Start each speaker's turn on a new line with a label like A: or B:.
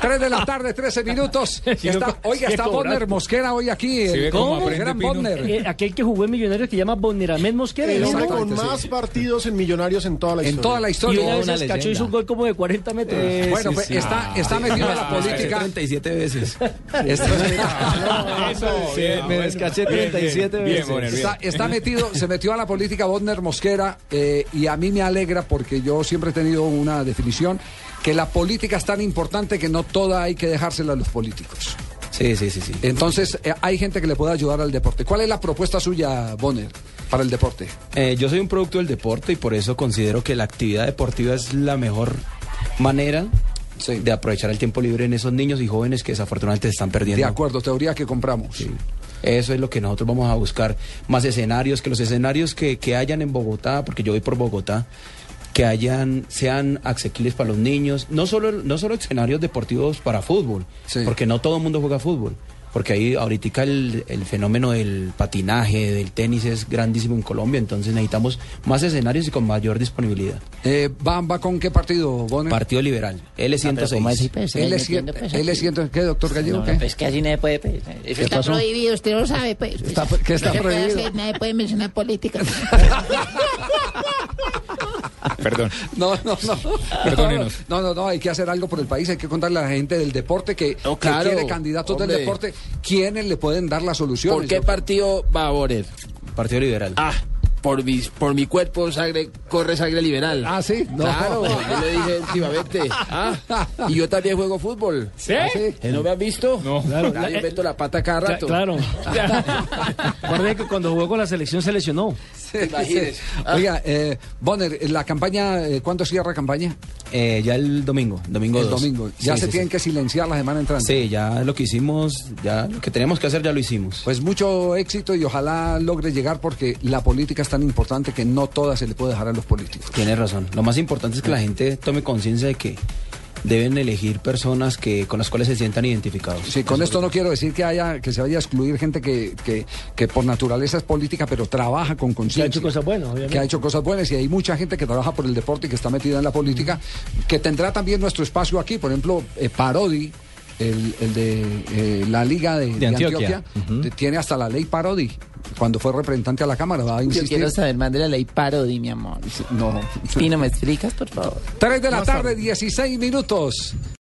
A: 3 de la tarde, 13 minutos.
B: Si
A: Está-
B: no,
A: oiga,
B: si
A: está
B: es cobrante.
A: Bonner Mosquera hoy aquí.
C: Si
A: el
C: ve cómo
A: gran
C: aprende
A: gran
C: Pino.
A: Bonner.
B: Eh, aquel que jugó en Millonarios que llama Bonneramén Mosquera.
D: El
B: ¿no?
D: hombre con
A: Exactamente, sí.
D: más partidos en Millonarios en toda la historia.
A: En toda la
B: Y
A: historia.
B: una vez
C: Una
B: se escachó
C: leyenda.
B: hizo un gol como de 40 metros.
A: bueno, pues está, está metido
C: Ah,
A: en la política.
C: 37 veces.
A: Está,
C: Eso, me descaché 37 veces.
A: está- está metido, se metió a la política Bonner Mosquera eh, y a mí me alegra porque yo siempre he tenido una definición que la política es tan importante que no toda hay que dejársela a los políticos.
C: Sí, sí, sí, sí.
A: Entonces, eh, hay gente que le puede ayudar al deporte. ¿Cuál es la propuesta suya, Bonner, para el deporte?
C: Eh, yo soy un producto del deporte y por eso considero que la actividad deportiva es la mejor manera
A: Sí.
C: de aprovechar el tiempo libre en esos niños y jóvenes que desafortunadamente se están perdiendo.
A: De acuerdo, teoría que compramos.
C: Eso es lo que nosotros vamos a buscar. Más escenarios, que los escenarios que, que hayan en Bogotá, porque yo voy por Bogotá, que hayan, sean asequibles para los niños. No solo, no solo escenarios deportivos para fútbol,
A: Sí.
C: porque no todo el mundo juega fútbol. Porque ahí ahorita el, el fenómeno del patinaje, del tenis es grandísimo en Colombia, entonces necesitamos más escenarios y con mayor disponibilidad.
A: Eh, ¿Van, va con qué partido, Bonner?
C: Partido Liberal,
E: ¿Cómo
C: L106.
E: decir, pues?
A: él es
E: es
A: cierto, él es cierto, ¿qué, doctor Gallego?
E: No,
A: ¿Qué?
E: pues que así no se puede. pues. Eso está
A: pasó?
E: prohibido, usted lo sabe, pues.
A: Está- ¿qué está
E: no se
A: prohibido?
E: Puede hacer, nadie puede mencionar política.
F: Perdón.
A: No, no, no.
F: Perdónenos.
A: No, no, no, hay que hacer algo por el país, hay que contarle a la gente del deporte que,
G: No,
A: que
G: claro,
A: quiere candidatos del
G: hombre.
A: deporte, quiénes le pueden dar la solución.
G: ¿Por qué partido va a Borer?
C: Partido Liberal.
G: Ah, por mi, por mi cuerpo sangre, corre sangre liberal.
A: Ah, ¿sí? No.
G: Claro, yo le dije últimamente. Ah, y yo también juego fútbol.
B: ¿Sí?
G: ¿Ah, ¿No me han visto? No,
B: Claro.
G: Yo meto la pata cada
B: Cla-
G: rato.
B: Claro. Recuerde que cuando jugó con la selección se lesionó.
G: imagínese.
A: Oiga, eh, Bonner, la campaña, eh, ¿cuándo cierra campaña?
C: Eh, ya el domingo, domingo
A: El
C: dos.
A: domingo. Ya
C: Sí,
A: se
C: sí,
A: tienen
C: sí.
A: que silenciar la semana entrante.
C: Sí, ya lo que hicimos, ya lo que teníamos que hacer ya lo hicimos.
A: Pues mucho éxito y ojalá logre llegar porque la política es tan importante que no toda se le puede dejar a los políticos.
C: Tienes razón. Lo más importante es que la gente tome conciencia de que deben elegir personas que con las cuales se sientan identificados.
A: Sí, con esto no quiero decir que haya que se vaya a excluir gente que, que, que por naturaleza es política, pero trabaja con conciencia.
B: hecho cosas buenas, obviamente.
A: Que ha hecho cosas buenas y hay mucha gente que trabaja por el deporte y que está metida en la política, que tendrá también nuestro espacio aquí. Por ejemplo, eh, Parodi, el, el de eh, la Liga de, de Antioquia,
C: Antioquia.
A: te- tiene hasta la ley Parodi. Cuando fue representante a la Cámara, va a
E: Yo
A: insistir.
E: quiero saber más de la ley Parodi, mi amor.
A: No.
E: Pino, ¿me explicas, por favor?
A: Tres de la tarde, 16 minutos.